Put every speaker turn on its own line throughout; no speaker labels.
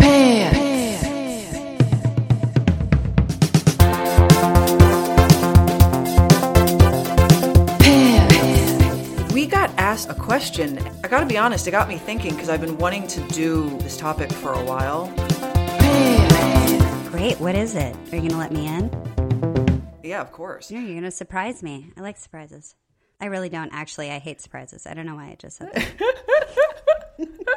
Pants. Pants.
We got asked a question. I gotta be honest, it got me thinking because I've been wanting to do this topic for a while.
Great. What is it? Are you going to let me in?
Yeah, of course.
Yeah, you're going to surprise me. I like surprises. I really don't, actually. I hate surprises. I don't know why I just said that.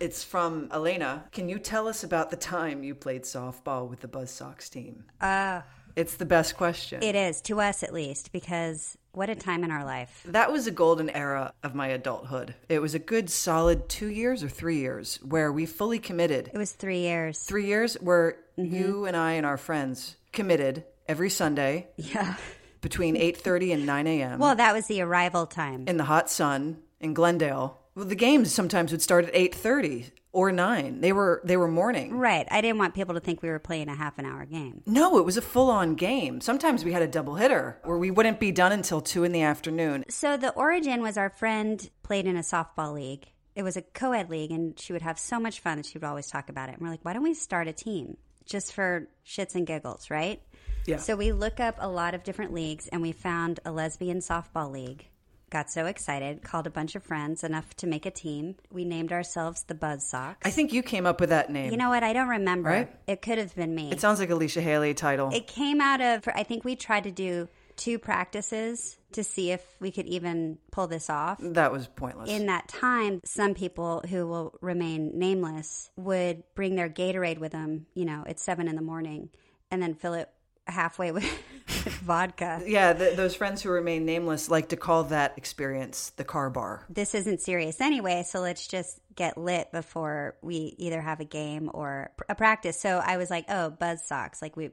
It's from Elena. Can you tell us about the time you played softball with the Buzz Sox team?
Ah.
It's the best question.
It is, to us at least, because what a time in our life.
That was a golden era of my adulthood. It was a good solid two years or three years where we fully committed.
It was three years.
Three years where
Mm-hmm.
you and I and our friends committed every Sunday
Yeah.
between 8.30 and 9 a.m.
Well, that was the arrival time.
in the hot sun in Glendale. Well, the games sometimes would start at 8.30 or 9. They were, they were morning.
Right. I didn't want people to think we were playing a half an hour game.
No, it was a full on game. Sometimes we had a double hitter where we wouldn't be done until two in the afternoon.
So the origin was our friend played in a softball league. It was a co ed league, and she would have so much fun that she would always talk about it. And we're like, why don't we start a team just for shits and giggles, right?
Yeah.
So we look up a lot of different leagues and we found a lesbian softball league. Got so excited, called a bunch of friends, enough to make a team. We named ourselves the Buzzsocks.
I think you came up with that name.
you know what? I don't remember.
Right?
It could have been me.
it sounds like Alicia Haley title.
It came out of, I think we tried to do two practices to see if we could even pull this off.
that was pointless.
In that time, some people who will remain nameless would bring their Gatorade with them, you know, at seven in the morning and then fill it halfway with, with vodka.
yeah, th those friends who remain nameless like to call that experience the car bar.
This isn't serious anyway, so let's just get lit before we either have a game or pr- a practice. So I was like, oh, buzz socks. Like we,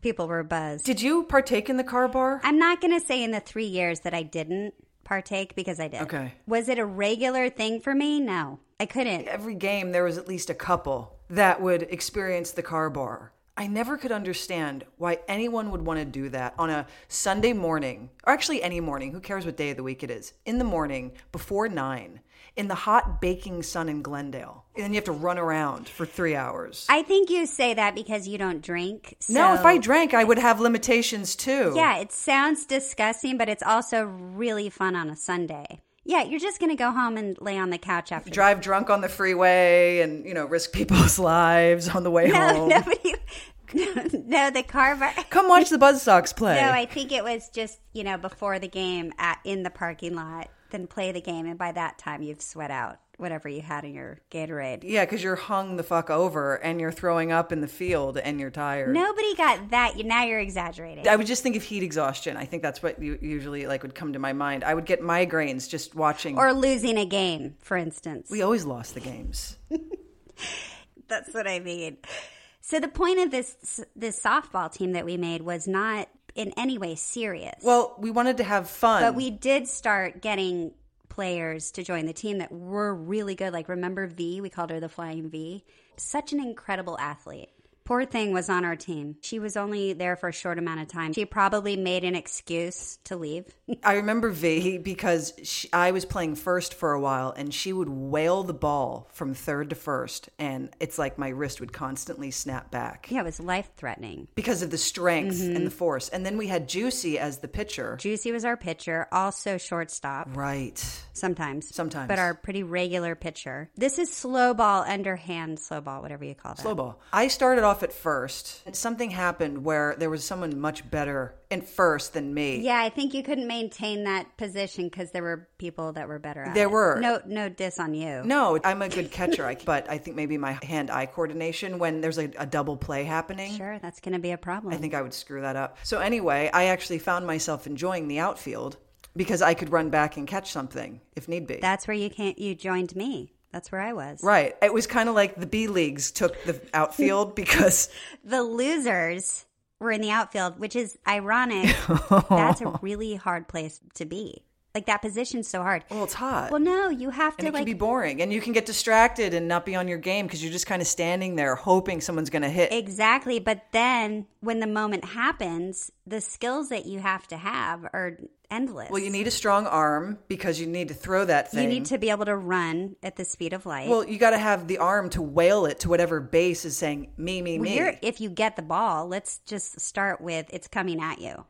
people were buzzed.
Did you partake in the car bar?
I'm not going to say in the three years that I didn't partake because I did.
Okay.
Was it a regular thing for me? No, I couldn't.
Every game, there was at least a couple that would experience the car bar. I never could understand why anyone would want to do that on a Sunday morning, or actually any morning, who cares what day of the week it is, in the morning before nine, in the hot baking sun in Glendale. And then you have to run around for three hours.
I think you say that because you don't drink. So.
no, if I drank, I would have limitations too.
Yeah, it sounds disgusting, but it's also really fun on a Sunday. Yeah, you're just going to go home and lay on the couch after.
Drive drunk on the freeway and, you know, risk people's lives on the way
no,
home.
nobody. No, the car bar.
Come watch the Buzzcocks play.
No, I think it was just you know before the game at in the parking lot, then play the game, and by that time you've sweat out whatever you had in your Gatorade.
Yeah, because you're hung the fuck over and you're throwing up in the field and you're tired.
Nobody got that. You- Now you're exaggerating.
I would just think of heat exhaustion. I think that's what you usually like would come to my mind. I would get migraines just watching.
Or losing a game, for instance.
we always lost the games.
That's what I mean. So the point of this this softball team that we made was not in any way serious.
Well, we wanted to have fun.
but we did start getting players to join the team that were really good. Like, remember V? We called her the Flying V. Such an incredible athlete. Poor thing was on our team. She was only there for a short amount of time. She probably made an excuse to leave.
I remember V because she, I was playing first for a while and she would wail the ball from third to first. And it's like my wrist would constantly snap back
yeah, it was life threatening.
because of the strength and the force. And then we had Juicy as the pitcher.
Juicy was our pitcher, also shortstop.
right.
Sometimes.
Sometimes.
But our pretty regular pitcher. This is slow ball, underhand slow ball, whatever you call that.
Slow ball. I started off at first. And something happened where there was someone much better at first than me.
Yeah, I think you couldn't maintain that position because there were people that were better at
There
it.
were.
No no diss on you.
No, I'm a good catcher, I, but I think maybe my hand eye coordination when there's a, a double play happening.
Sure, that's going to be a problem.
I think I would screw that up. So anyway, I actually found myself enjoying the outfield because I could run back and catch something if need be.
that's where you can't you joined me. That's where I was.
right. It was kind of like the B leagues took the outfield because
The losers were in the outfield, which is ironic. that's a really hard place to be. Like that position's so hard.
well, it's hot.
Well, no, you have
and
to
it
like
can be boring and you can get distracted and not be on your game because you're just kind of standing there hoping someone's going to hit.
Exactly. But then when the moment happens, the skills that you have to have are endless.
well, you need a strong arm because you need to throw that thing.
you need to be able to run at the speed of light.
Well, you got to have the arm to wail it to whatever base is saying me, me,
Well,
me.
you're- if you get the ball, let's just start with it's coming at you.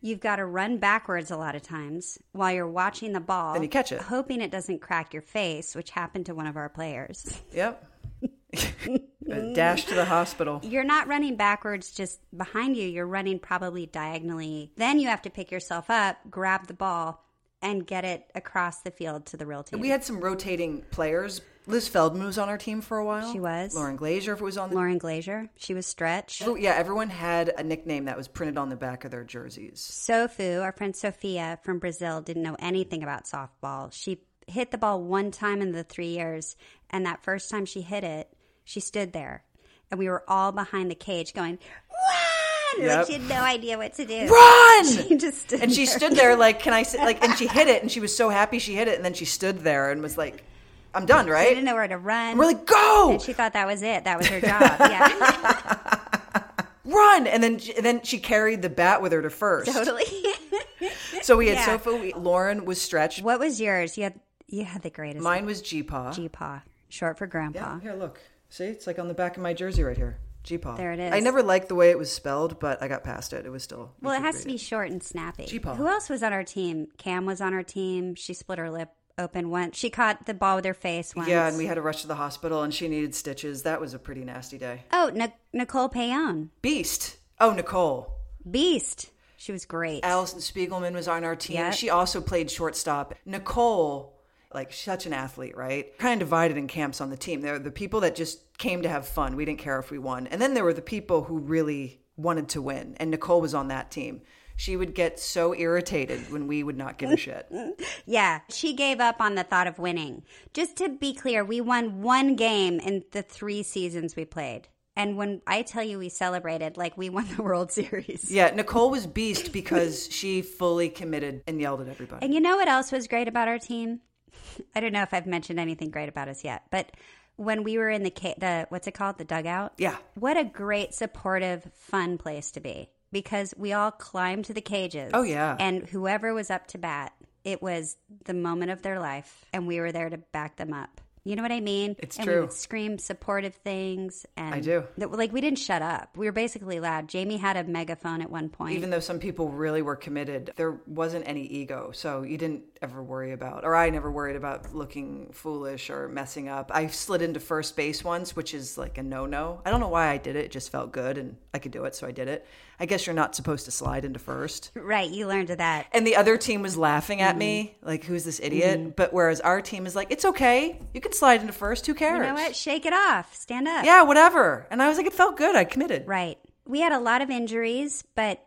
You've got to run backwards a lot of times while you're watching the ball.
Then you catch it.
Hoping it doesn't crack your face, which happened to one of our players.
Yep. A dash to the hospital.
You're not running backwards just behind you. You're running probably diagonally. Then you have to pick yourself up, grab the ball, and get it across the field to the real team.
We had some rotating players. Liz Feldman was on our team for a while.
She was.
Lauren Glazier was on the
Lauren Glazier, she was stretched.
Every- Yeah, everyone had a nickname that was printed on the back of their jerseys.
Sofu, our friend Sophia from Brazil, didn't know anything about softball. She hit the ball one time in the three years, and that first time she hit it, she stood there, and we were all behind the cage going, "Run!"
Yep.
Like she had no idea what to do.
Run!
She just stood
and she
there.
stood there like, "Can I sit?" Like, and she hit it, and she was so happy she hit it, and then she stood there and was like, "I'm done,
She
right?"
didn't know where to run.
And we're like, "Go,
and she thought that was it. That was her job. Yeah,
run!" And then, and then she carried the bat with her to first.
totally.
So we had
Yeah.
Sofa. We, Lauren was stretched.
what was yours? You had you had the greatest.
Mine was G-Paw.
G-paw, short for grandpa.
Yeah, here, look. See, it's like on the back of my jersey right here. G-Paw.
There it is.
I never liked the way it was spelled, but I got past it. It was still. you
Well, it
could
has
read
to be short and snappy.
G-Paw.
Who else was on our team? Cam was on our team. She split her lip open once. She caught the ball with her face once.
Yeah, and we had to rush to the hospital, and she needed stitches. That was a pretty nasty day.
oh, Ni- Nicole Payon,
Beast. Oh, Nicole.
beast. She was great.
Allison Spiegelman was on our team.
Yeah.
She also played shortstop. Nicole, like such an athlete, right? Kind of divided in camps on the team. There were the people that just came to have fun. We didn't care if we won. And then there were the people who really wanted to win. And Nicole was on that team. She would get so irritated when we would not give a shit.
yeah, she gave up on the thought of winning. Just to be clear, we won one game in the three seasons we played. And when I tell you we celebrated, like we won the World Series.
Yeah, Nicole was beast because she fully committed and yelled at everybody.
And you know what else was great about our team? I don't know if I've mentioned anything great about us yet, but when we were in the ca- the what's it called the dugout?
Yeah.
What a great supportive fun place to be because we all climbed to the cages.
Oh, yeah.
And whoever was up to bat, it was the moment of their life and we were there to back them up. You know what I mean?
It's
and
true.
We would scream supportive things and
I do.
that- like we didn't shut up. We were basically loud. Jamie had a megaphone at one point.
Even though some people really were committed, there wasn't any ego. So you didn't ever worry about, or I never worried about looking foolish or messing up. I slid into first base once, which is like a no no. I don't know why I did it. It just felt good and I could do it. So I did it. I guess you're not supposed to slide into first.
right, you learned that.
And the other team was laughing at me,
Mm-hmm.
like, who's this idiot? But whereas our team is like, it's okay. You can slide into first. Who cares?
You know what? Shake it off. Stand up.
Yeah, whatever. And I was like, it felt good. I committed.
Right. We had a lot of injuries, but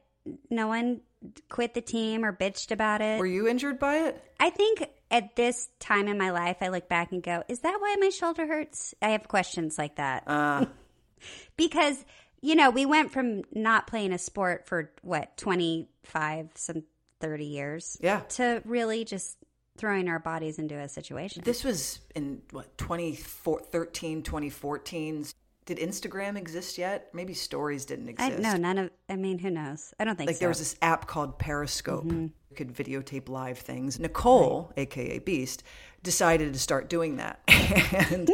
no one quit the team or bitched about it.
Were you injured by it?
I think at this time in my life, I look back and go, is that why my shoulder hurts? I have questions like that.
Uh.
because, you know, we went from not playing a sport for what, 25, some 30 years
Yeah.
to really just throwing our bodies into a situation.
This was in what 2013, 2014. Did Instagram exist yet? Maybe stories didn't
I,
exist.
no, none of. I mean, who knows? I don't think
like
so.
there was this app called Periscope.
Mm-hmm.
You could videotape live things. Nicole, aka Beast, decided to start doing that. and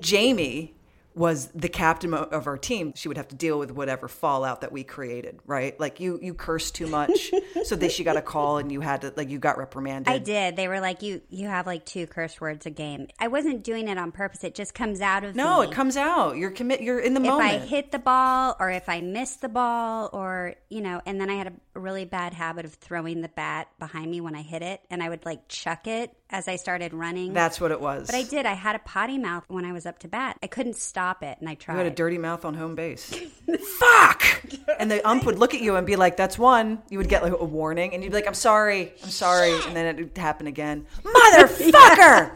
Jamie was the captain o- of our team. She would have to deal with whatever fallout that we created, right? Like you you cursed too much. so then she got a call and you had to like you got reprimanded.
I did. They were like, "You, you have like two curse words a game." I wasn't doing it on purpose. It just comes out of
No,
me.
it comes out. You're commit you're in the
if
moment.
I hit the ball or if I missed the ball or you know, and then I had a really bad habit of throwing the bat behind me when I hit it, and I would like chuck it as I started running.
That's what it was.
but I did. I had a potty mouth when I was up to bat. I couldn't stop it, and I
You had a
tried.
dirty mouth on home base. Fuck! And the ump would look at you and be like, "That's one." You would get like a warning, and you'd be like, "I'm sorry, I'm sorry," and then it would happen again. Motherfucker!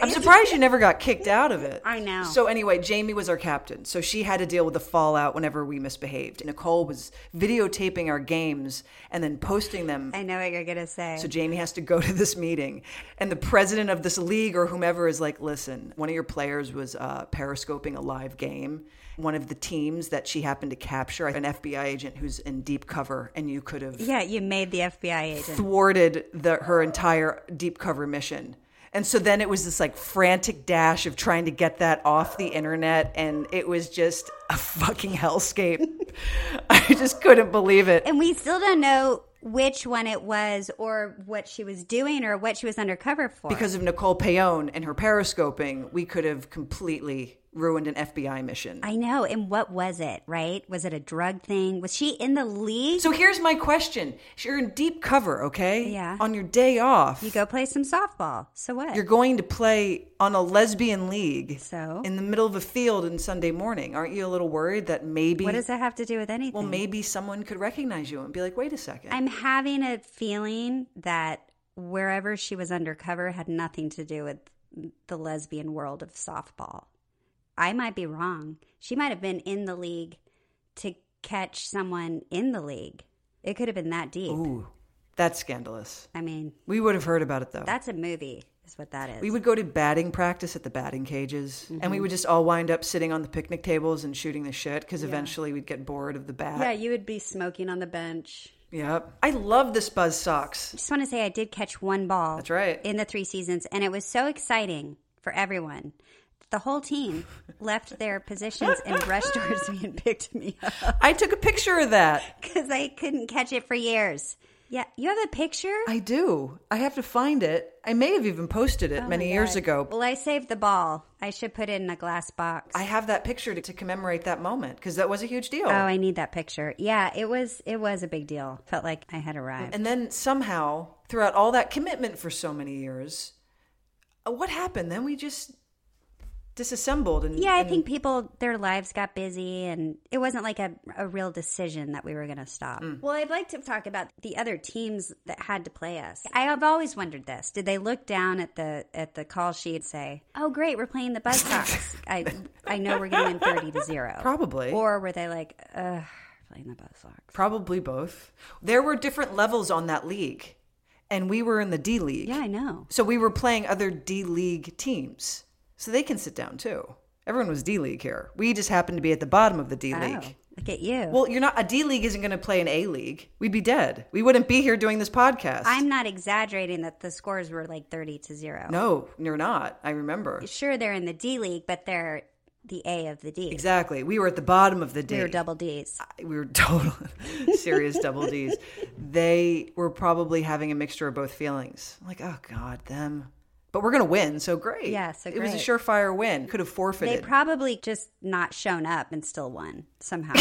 I'm surprised you never got kicked out of it.
I know.
So anyway, Jamie was our captain, so she had to deal with the fallout whenever we misbehaved. Nicole was videotaping our games and then posting them
I know what you're gonna say.
so Jamie has to go to this meeting, and the president of this league or whomever is like, "Listen, one of your players was uh, periscoping a live game. One of the teams that she happened to capture, an FBI agent who's in deep cover, and you could have
yeah, you made the FBI agent.
thwarted the, her entire deep cover mission." And so then it was this like frantic dash of trying to get that off the internet, and it was just a fucking hellscape. I just couldn't believe it.
And we still don't know which one it was or what she was doing or what she was undercover for.
because of Nicole Payone and her periscoping, we could have completely ruined an FBI mission.
I know. And what was it, right? Was it a drug thing? Was she in the league?
so here's my question: You're in deep cover, okay?
Yeah.
On your day off,
you go play some softball. So what?
you're going to play on a lesbian league
so
in the middle of a field on Sunday morning. Aren't you a little worried that maybe,
what does that have to do with anything?
well, maybe someone could recognize you and be like, "Wait a 2nd
I'm having a feeling that wherever she was undercover had nothing to do with the lesbian world of softball. I might be wrong. She might have been in the league to catch someone in the league. It could have been that deep.
Ooh, that's scandalous."
I mean,
We would have heard about it though.
that's a movie, is what that is.
Oh. We would go to batting practice at the batting cages, and we would
Mm-hmm.
just all wind up sitting on the picnic tables and shooting the shit because eventually we'd get bored of the
yeah,
bat.
you would be smoking on the bench.
Yep. I love this Buzz Sox.
Just want to say I did catch one ball.
That's right.
In the three seasons, and it was so exciting for everyone. The whole team left their positions and rushed towards me and picked me up
I took a picture of that.
because I couldn't catch it for years. Yeah, you have a picture.
I do. I have to find it. I may have even posted it many years ago.
Oh Well, I saved the ball. I should put it in a glass box.
I have that picture to, to commemorate that moment because that was a huge deal.
oh, I need that picture. Yeah, it was it was a big deal. Felt like I had arrived.
and then somehow, throughout all that commitment for so many years, uh, what happened? Then we just disassembled and
Yeah, I think people their lives got busy, and it wasn't like a, a real decision that we were going to stop.
Mm.
Well, I'd like to talk about the other teams that had to play us. I have always wondered this: Did they look down at the at the call sheet and say, "Oh, great, we're playing the Buzzcocks. I I know we're going to win thirty to zero,
Probably.
Or were they like, "Ugh, playing the Buzzcocks"?
Probably both. There were different levels on that league, and we were in the D League.
Yeah, I know.
So we were playing other D League teams. So they can sit down too. Everyone was D League here. We just happened to be at the bottom of the D League.
Oh, look at you.
Well, you're not a D League isn't going to play an A League. We'd be dead. We wouldn't be here doing this podcast.
I'm not exaggerating that the scores were like thirty to zero.
No, you're not. I remember.
Sure, they're in the D league, but they're the A of the D.
Exactly. We were at the bottom of the D.
They were double D's.
we were total serious double D's. They were probably having a mixture of both feelings. Like, oh God, them. But we're gonna win, so great.
Yeah, so
it was a
great.
surefire win. Could have
They
forfeited.
probably just not shown up and still won somehow.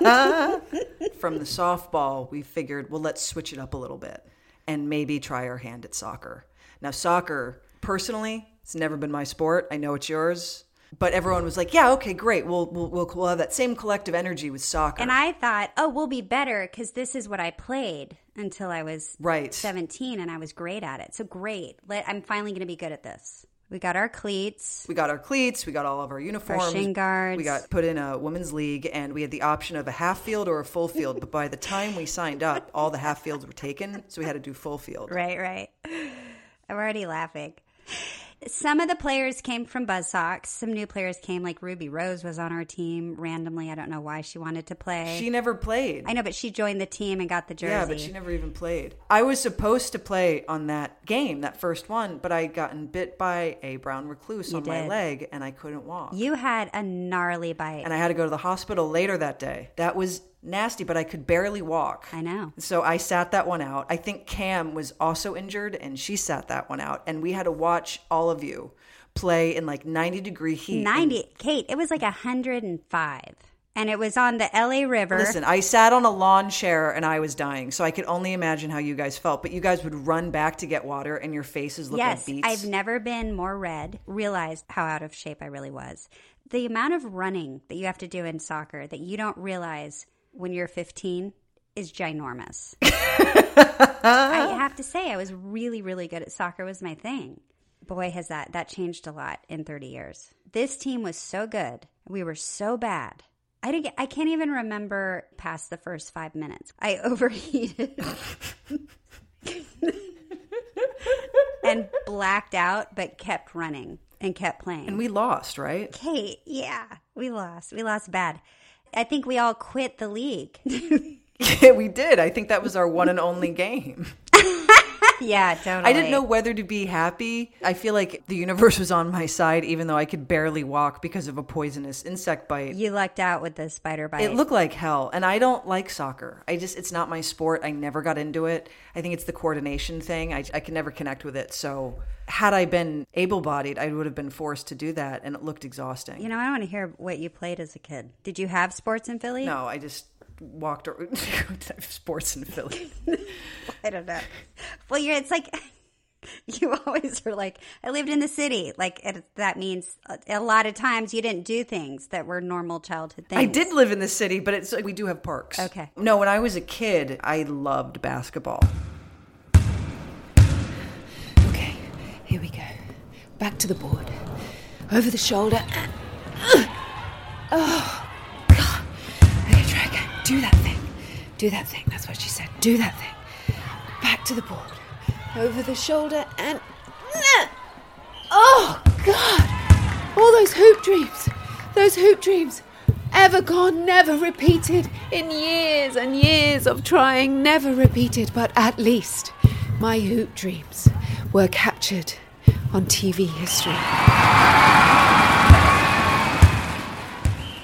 From the softball, we figured, well, let's switch it up a little bit and maybe try our hand at soccer. Now, soccer, personally, it's never been my sport. I know it's yours. But everyone was like, yeah, okay, great. We'll, we'll, we'll, we'll have that same collective energy with soccer.
and I thought, oh, we'll be better because this is what I played until I was
right.
17 and I was great at it. So great. Let, I'm finally going to be good at this. We got our cleats.
We got our cleats, we got all of our uniforms,
shin guards.
We got put in a women's league, and we had the option of a half field or a full field. but by the time we signed up, all the half fields were taken, so we had to do full field.
Right, right. I'm already laughing. Some of the players came from Buzzsocks. Some new players came, like Ruby Rose was on our team randomly. I don't know why she wanted to play.
She never played.
I know, but she joined the team and got the jersey.
Yeah, but she never even played. I was supposed to play on that game, that first one, but I gotten bit by a brown recluse on my
did.
leg and I couldn't walk.
you had a gnarly bite.
And I had to go to the hospital later that day. That was nasty, but I could barely walk.
I know.
So I sat that one out. I think Cam was also injured and she sat that one out. And we had to watch all of you play in like 90 degree heat.
90, Kate, it was like 105. And it was on the LA River.
Listen, I sat on a lawn chair and I was dying, so I could only imagine how you guys felt. But you guys would run back to get water, and your faces looked
yes,
like beets.
I've never been more red. Realized how out of shape I really was. The amount of running that you have to do in soccer that you don't realize when you're 15 is ginormous.
Uh-huh.
I have to say, I was really, really good at soccer. Was my thing. Boy, has that that changed a lot in 30 years. This team was so good. We were so bad. I didn't. Get, I can't even remember past the first five minutes. I overheated. and blacked out, but kept running and kept playing.
and we lost, right?
Kate, yeah, we lost. We lost bad. I think we all quit the league.
Yeah, we did. I think that was our one and only game.
yeah, totally.
I didn't know whether to be happy. I feel like the universe was on my side, even though I could barely walk because of a poisonous insect bite.
you lucked out with the spider bite.
It looked like hell, and I don't like soccer. I just, it's not my sport. I never got into it. I think it's the coordination thing. I, I can never connect with it. So, had I been able bodied, I would have been forced to do that, and it looked exhausting.
you know, I want to hear what you played as a kid. Did you have sports in Philly?
no, I just walked ar- sports in Philly.
I don't know. Well, you're. It's like you always are like I lived in the city. Like it, that means a, a lot of times you didn't do things that were normal childhood things.
I did live in the city, but it's we do have parks.
Okay.
No, when I was a kid, I loved basketball.
Okay, here we go. Back to the board. Over the shoulder. Oh, God. Okay, try again. Do that thing. Do that thing. That's what she said. Do that thing. Back to the board. Over the shoulder and. Oh, God. All those hoop dreams. Those hoop dreams. Ever gone, never repeated. In years and years of trying, never repeated, but at least my hoop dreams were captured on TV history.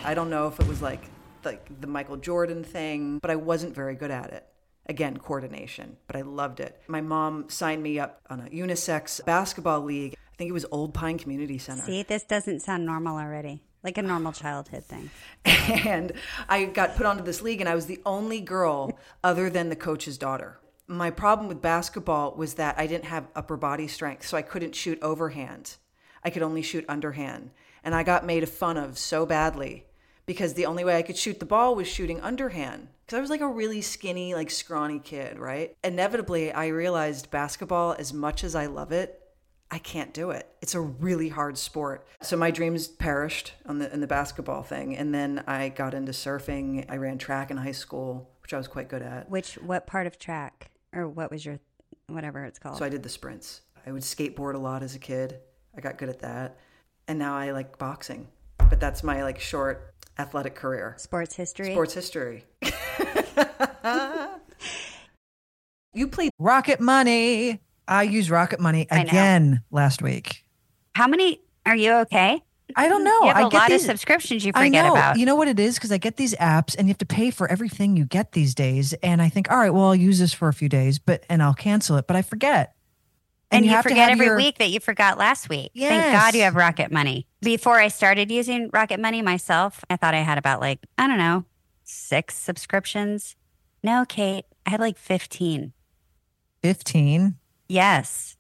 I don't know if it was like like the Michael Jordan thing, but I wasn't very good at it. Again, coordination, but I loved it. My mom signed me up on a unisex basketball league. I think it was Old Pine Community Center.
See, this doesn't sound normal already. Like a normal childhood thing.
and I got put onto this league, and I was the only girl other than the coach's daughter. My problem with basketball was that I didn't have upper body strength, so I couldn't shoot overhand. I could only shoot underhand. And I got made fun of so badly because the only way I could shoot the ball was shooting underhand. Because I was like a really skinny, like scrawny kid, right? Inevitably, I realized basketball, as much as I love it, I can't do it. It's a really hard sport. So my dreams perished on the in the basketball thing, and then I got into surfing. I ran track in high school, which I was quite good at.
Which what part of track or what was your whatever it's called?
So I did the sprints. I would skateboard a lot as a kid. I got good at that, and now I like boxing. But that's my like short athletic career.
sports history.
Sports history. you played
Rocket Money. I used Rocket Money
I know.
again last week.
How many are you okay? Oh,
I don't know.
you have
I
a
get
lot
these,
of subscriptions you
I
forget
know.
about.
You know what it is? Because I get these apps and you have to pay for everything you get these days. And I think, all right, well, I'll use this for a few days, but and I'll cancel it. But I forget.
and you,
have to
forget
have
every
your-
week that you forgot last week. Thank
Yes.
God you have Rocket Money. Before I started using Rocket Money myself, I thought I had about like, I don't know, six subscriptions. No, Kate, I had like 15.
15.
Yes.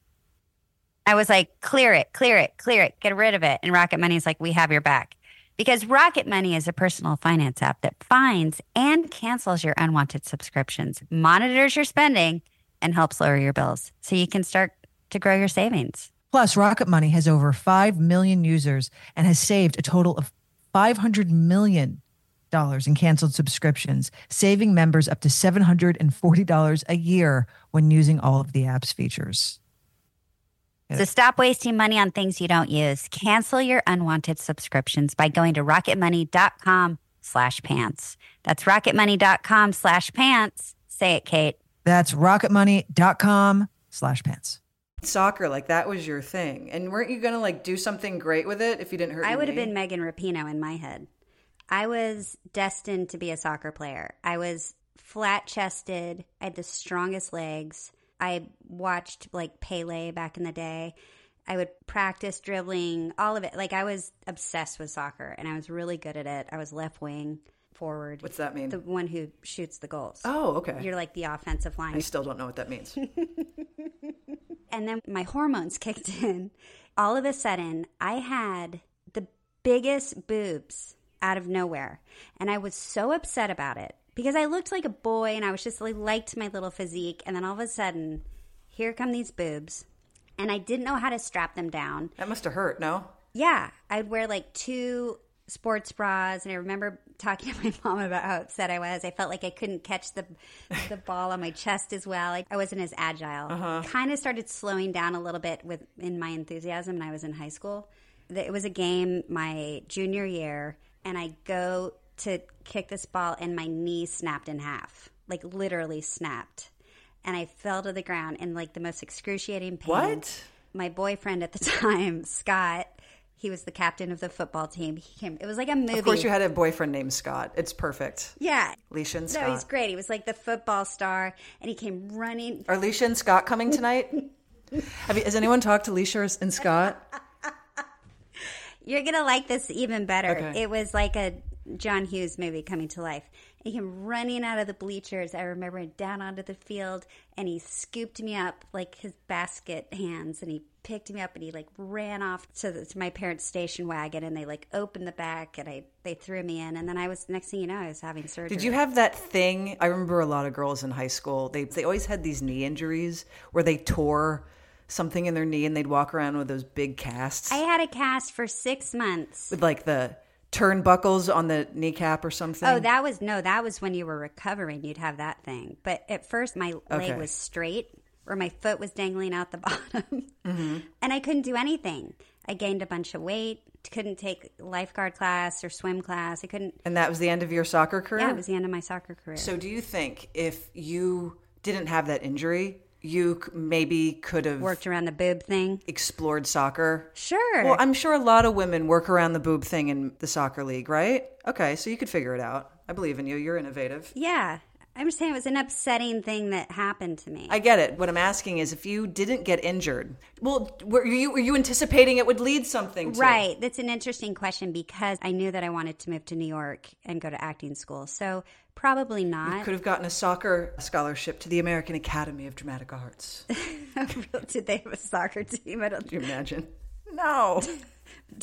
I was like, clear it, clear it, clear it, get rid of it. And Rocket Money is like, we have your back. Because Rocket Money is a personal finance app that finds and cancels your unwanted subscriptions, monitors your spending, and helps lower your bills so you can start to grow your savings.
Plus, Rocket Money has over 5 million users and has saved a total of $500 million in canceled subscriptions, saving members up to $740 a year when using all of the app's features.
So stop wasting money on things you don't use. Cancel your unwanted subscriptions by going to rocketmoney.com slash pants. That's rocketmoney.com slash pants. Say it, Kate.
That's rocketmoney.com slash pants.
Soccer, like that was your thing. And weren't you gonna like do something great with it if you didn't hurt?
I
your
would have
knee?
been Megan Rapino in my head. I was destined to be a soccer player. I was flat chested. I had the strongest legs. I watched like Pele back in the day. I would practice dribbling, all of it. Like I was obsessed with soccer and I was really good at it. I was left wing, forward.
What's that mean?
The one who shoots the goals.
Oh, okay.
You're like the offensive line
I still don't know what that means.
and then my hormones kicked in. All of a sudden, I had the biggest boobs out of nowhere, and I was so upset about it because I looked like a boy and I was just like liked my little physique, and then all of a sudden, here come these boobs, and I didn't know how to strap them down.
that must have hurt. No.
Yeah, I'd wear like two sports bras, and I remember talking to my mom about how upset I was. I felt like I couldn't catch the the ball on my chest as well. Like I wasn't as agile. Kind of started slowing down a little bit with in my enthusiasm when I was in high school. Th- It was a game my junior year, and I go to kick this ball, and my knee snapped in half, like literally snapped, and I fell to the ground in like the most excruciating pain
What?
my boyfriend at the time, Scott, he was the captain of the football team. He came. It was like a movie.
Of course, you had a boyfriend named Scott. It's perfect.
yeah.
Leisha and
No, he's
Scott.
great. He was like the football star, and he came running.
Are Leisha and Scott coming tonight? Have you, has anyone talked to Leisha and Scott?
You're gonna like this even better.
Okay.
It was like a John Hughes movie coming to life. He came running out of the bleachers. I remember down onto the field, and he scooped me up like his basket hands, and he picked me up, and he like ran off to, the, to my parents' station wagon, and they like opened the back, and I they threw me in, and then I was next thing you know, I was having surgery.
Did you have that thing? I remember a lot of girls in high school. They they always had these knee injuries where they tore something in their knee and they'd walk around with those big casts
I had a cast for six months.
with like the turnbuckles on the kneecap or something.
Oh, that was no, that was when you were recovering. You'd have that thing. But at first, my
Okay.
leg was straight or my foot was dangling out the bottom.
Mm-hmm.
And I couldn't do anything. I gained a bunch of weight, couldn't take lifeguard class or swim class. I couldn't.
and that was the end of your soccer career.
Yeah, it was the end of my soccer career.
so do you think if you didn't have that injury, you c- maybe could have
Worked around the boob thing.
explored soccer?
Sure.
Well, I'm sure a lot of women work around the boob thing in the soccer league, right? Okay, so you could figure it out. I believe in you. You're innovative.
yeah. I'm just saying it was an upsetting thing that happened to me.
I get it. What I'm asking is if you didn't get injured, well, were you were you anticipating it would lead something to?
Right. That's an interesting question because I knew that I wanted to move to New York and go to acting school. So probably not.
Could have gotten a soccer scholarship to the American Academy of Dramatic Arts. Could
Did they have a soccer team at
you imagine? No.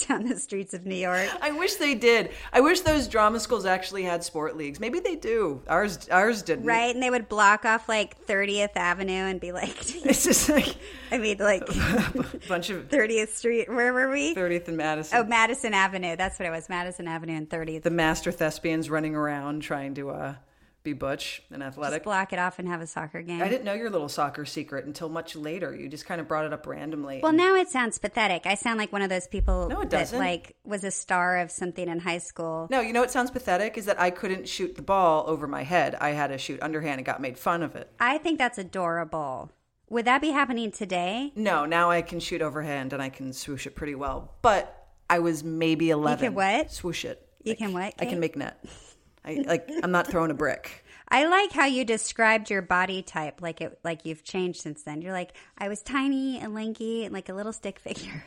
down the streets of New York?
I wish they did. I wish those drama schools actually had sport leagues. Maybe they do. Ours ours didn't.
Right, and they would block off like 30th Avenue and be like,
It's just like
I mean, like
a bunch of
30th Street. Where were we?
30th and Madison.
Oh, Madison Avenue. That's what it was. Madison Avenue and 30th.
The master thespians running around trying to uh, be butch and athletic.
Just block it off and have a soccer game.
I didn't know your little soccer secret until much later. You just kind of brought it up randomly.
Well, now it sounds pathetic. I sound like one of those people
No, it
that
doesn't.
like was a star of something in high school.
No, you know what sounds pathetic is that I couldn't shoot the ball over my head. I had to shoot underhand and got made fun of it.
I think that's adorable. Would that be happening today?
No, now I can shoot overhand and I can swoosh it pretty well. But I was maybe eleven.
what?
Swoosh it.
You can what,
I can
Kate?
make net. I like. I'm not throwing a brick.
I like how you described your body type, like it, like you've changed since then. You're like, I was tiny and lanky and like a little stick figure,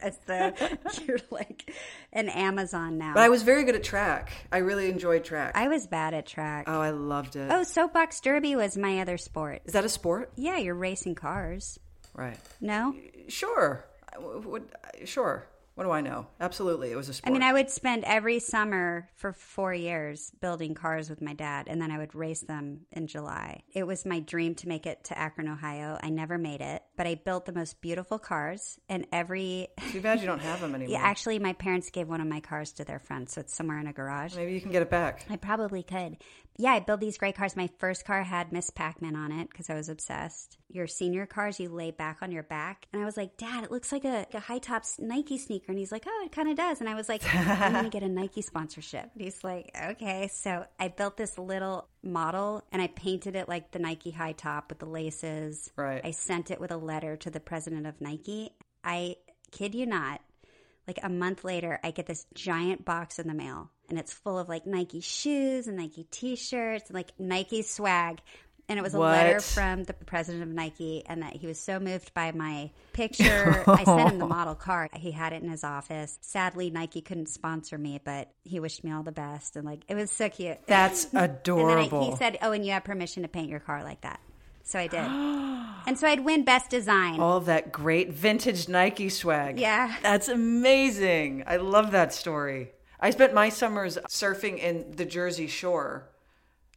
as though you're like an Amazon now.
But I was very good at track. I really enjoyed track.
I was bad at track.
oh, I loved it.
oh, soapbox derby was my other sport.
Is that a sport?
Yeah, you're racing cars.
Right.
No,
Sure. I w- would- I- sure. What do I know? Absolutely, it was a
I
sport.
mean, I would spend every summer for four years building cars with my dad, and then I would race them in July. It was my dream to make it to Akron, Ohio. I never made it. but I built the most beautiful cars and every
Too bad you don't have them anymore.
Yeah, actually my parents gave one of my cars to their friends, so it's somewhere in a garage.
Maybe you can get it back.
I probably could. Yeah, I build these great cars. My first car had Miss Pac Man on it because I was obsessed. Your senior cars, you lay back on your back. And I was like, Dad, it looks like a, a high top Nike sneaker. And he's like, Oh, it kind of does. And I was like, I'm going to get a Nike sponsorship. And he's like, Okay. So I built this little model and I painted it like the Nike high top with the laces.
Right.
I sent it with a letter to the president of Nike. I kid you not like a month later, I get this giant box in the mail and it's full of like Nike shoes and Nike t shirts and like Nike swag. And it was a
What?
letter from the president of Nike and that he was so moved by my picture. I sent him the model car. He had it in his office. Sadly, Nike couldn't sponsor me, but he wished me all the best. And like, it was so cute.
That's
and then I,
adorable.
he said, Oh, and you have permission to paint your car like that. So I did. and so I'd win best design.
all of that great vintage Nike swag.
Yeah.
That's amazing. I love that story. I spent my summers surfing in the Jersey Shore.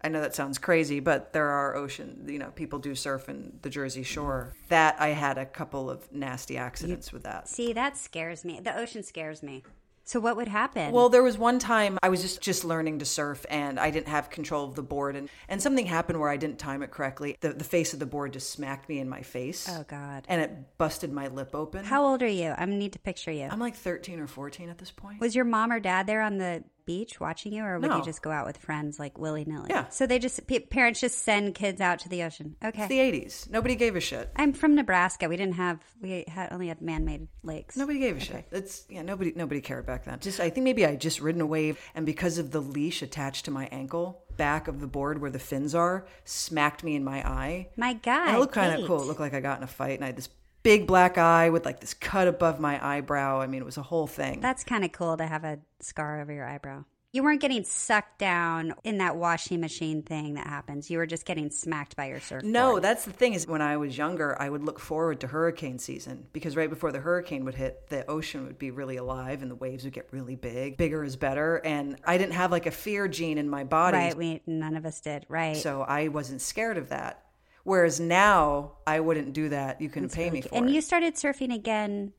I know that sounds crazy, but there are ocean, you know, people do surf in the Jersey Shore. That I had a couple of nasty accidents with that.
See, that scares me. The ocean scares me. So what would happen?
Well, there was one time I was just just learning to surf and I didn't have control of the board and and something happened where I didn't time it correctly. The the face of the board just smacked me in my face.
Oh, God.
And it busted my lip open.
How old are you? I need to picture you.
I'm like 13 or 14 at this point.
Was your mom or dad there on the beach watching you, or would
No.
you just go out with friends like willy nilly?
Yeah.
So they just p- parents just send kids out to the ocean. Okay.
It's the 80s. Nobody gave a shit.
I'm from Nebraska. We didn't have we had only had man made lakes.
Nobody gave a shit. It's yeah, nobody nobody cared back then. Just I think maybe I had just ridden a wave and because of the leash attached to my ankle, back of the board where the fins are, smacked me in my eye.
My God,
And it looked kind of
Kate.
cool. It looked like I got in a fight and I had this big black eye with like this cut above my eyebrow. I mean, it was a whole thing.
That's kind of cool to have a scar over your eyebrow. You weren't getting sucked down in that washing machine thing that happens. You were just getting smacked by your surfboard.
No, that's the thing is when I was younger, I would look forward to hurricane season because right before the hurricane would hit, the ocean would be really alive and the waves would get really big. Bigger is better. And I didn't have like a fear gene in my body.
right? We none of us did. Right.
So I wasn't scared of that. Whereas now I wouldn't do that. You couldn't pay me for
and
it.
you started surfing again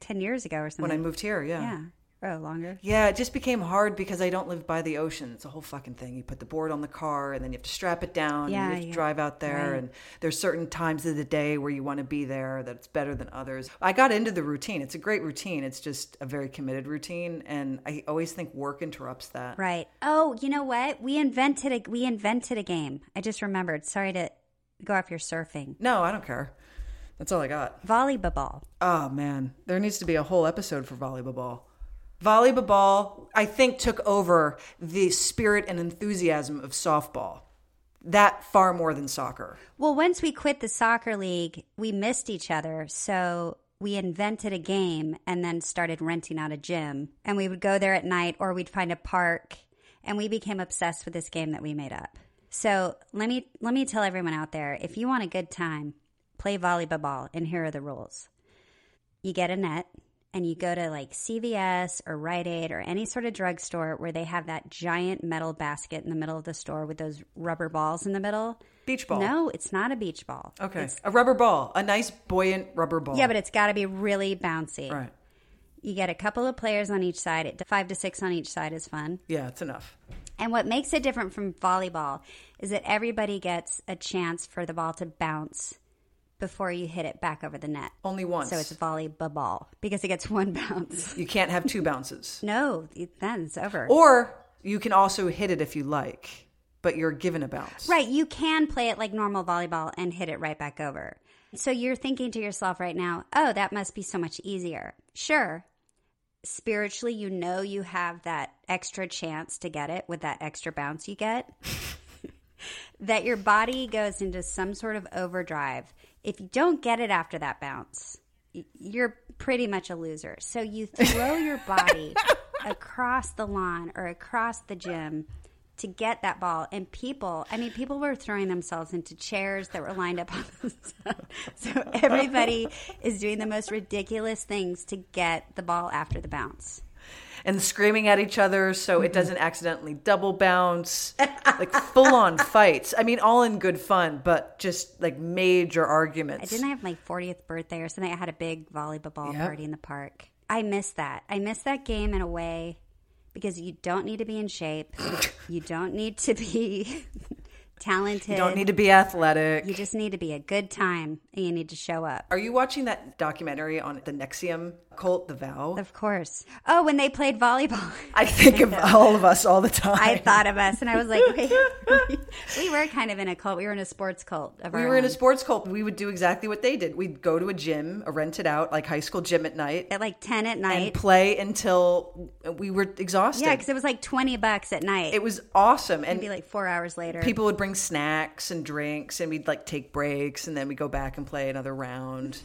ten years ago or something.
when I moved here, yeah.
Yeah. Oh, longer.
Yeah, it just became hard because I don't live by the ocean. It's a whole fucking thing. You put the board on the car and then you have to strap it down
Yeah,
and you have to
yeah.
drive out there. And there's certain times of the day where you want to be there that's better than others. I got into the routine. It's a great routine. It's just a very committed routine. And I always think work interrupts that.
Right. Oh, you know what? We invented a we invented a game. I just remembered. Sorry to go off your surfing.
No, I don't care. That's all I got.
Volleyball. ball.
Oh man, there needs to be a whole episode for volleyball ball. Volleyball ball, I think, took over the spirit and enthusiasm of softball. That far more than soccer.
Well, once we quit the soccer league, we missed each other, so we invented a game and then started renting out a gym. And we would go there at night or we'd find a park and we became obsessed with this game that we made up. So let me let me tell everyone out there, if you want a good time, play volleyball ball and here are the rules. you get a net and you go to like CVS or Rite Aid or any sort of drugstore where they have that giant metal basket in the middle of the store with those rubber balls in the middle.
Beach ball.
No, it's not a beach ball.
Okay.
It's-
a rubber ball, a nice buoyant rubber ball.
yeah, but it's got to be really bouncy.
right.
You get a couple of players on each side. It, five to six on each side is fun.
Yeah, it's enough.
And what makes it different from volleyball is that everybody gets a chance for the ball to bounce before you hit it back over the net.
Only once.
So it's volleyball ball because it gets one bounce.
you can't have two bounces.
No, it- then it's over.
Or you can also hit it if you like, but you're given a bounce.
Right, you can play it like normal volleyball and hit it right back over. So you're thinking to yourself right now, oh, that must be so much easier. Sure. Spiritually, you know you have that extra chance to get it with that extra bounce you get. that your body goes into some sort of overdrive. If you don't get it after that bounce, y- you're pretty much a loser. So you throw your body across the lawn or across the gym to get that ball. And people, I mean, people were throwing themselves into chairs that were lined up on the side. So everybody is doing the most ridiculous things to get the ball after the bounce.
and screaming at each other so
Mm-hmm.
it doesn't accidentally double bounce. like full on fights. I mean, all in good fun, but just like major
I
arguments.
didn't have my 40th birthday or something. I had a big volleyball
Yep.
party in the park. I miss that. I miss that game in a way because you don't need to be in shape. you don't need to be talented.
you don't need to be athletic.
You just need to be a good time and you need to show up.
Are you watching that documentary on the Nexium cult, The Vow?
Of course. Oh, when they played volleyball,
I think of all of us all the time.
I thought of us and I was like, wait, we were kind of in a cult. We were in a sports cult of
we
our
were in a
own.
sports cult. We would do exactly what they did. We'd go to a gym, a rented out, like high school gym at night,
at like 10 at
and
night.
play until we were exhausted.
Yeah, because it was like 20 bucks at night.
it
It would
was awesome. And
be like four hours later.
people would bring snacks and drinks, and we'd like take breaks, and then we go back and play another round.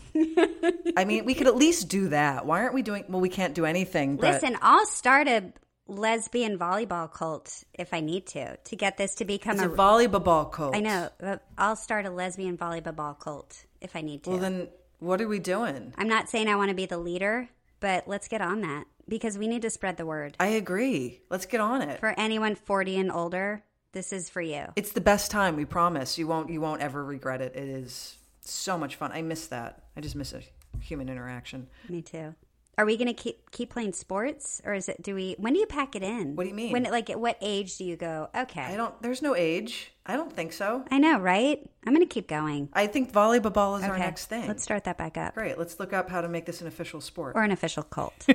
I mean, we could at least do that. Why aren't we doing? Well, we can't do anything. But
Listen, I'll start a lesbian volleyball cult if I need to to get this to become
it's
a.
a volleyball cult.
I know. but I'll start a lesbian volleyball cult if I need to.
Well, then what are we doing?
I'm not saying I want to be the leader, but let's get on that because we need to spread the word
I agree. Let's get on it.
for anyone 40 and older. This is for you.
It's the best time, we promise. You won't you won't ever regret it. It is so much fun. I miss that. I just miss a human interaction.
Me too. Are we going to keep keep playing sports, or is it? Do we? When do you pack it in?
What do you mean?
When like at what age do you go? Okay,
I don't there's no age. I don't think so.
I know, right? I'm going to keep going.
I think volleyball is our
Okay,
next thing.
Let's start that back up,
Great. Let's look up how to make this an official sport.
or an official cult.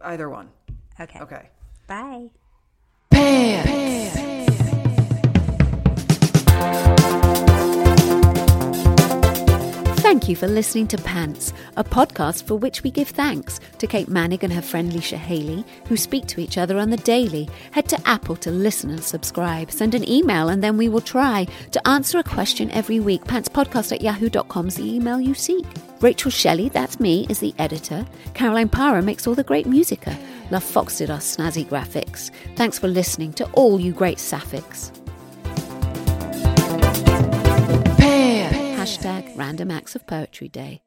Either one.
Okay.
Okay.
Bye.
Thank you for listening to Pants, a podcast for which we give thanks to Kate Manning and her friend Leisha Haley, who speak to each other on the daily. Head to Apple to listen and subscribe. Send an email, and then we will try to answer a question every week. Pantspodcast at yahoo.com is the email you seek. Rachel Shelley, that's me, is the editor. Caroline Parra makes all the great musica. Love Fox did our snazzy graphics. Thanks for listening to all you great sapphics. Hashtag Random Acts of Poetry Day.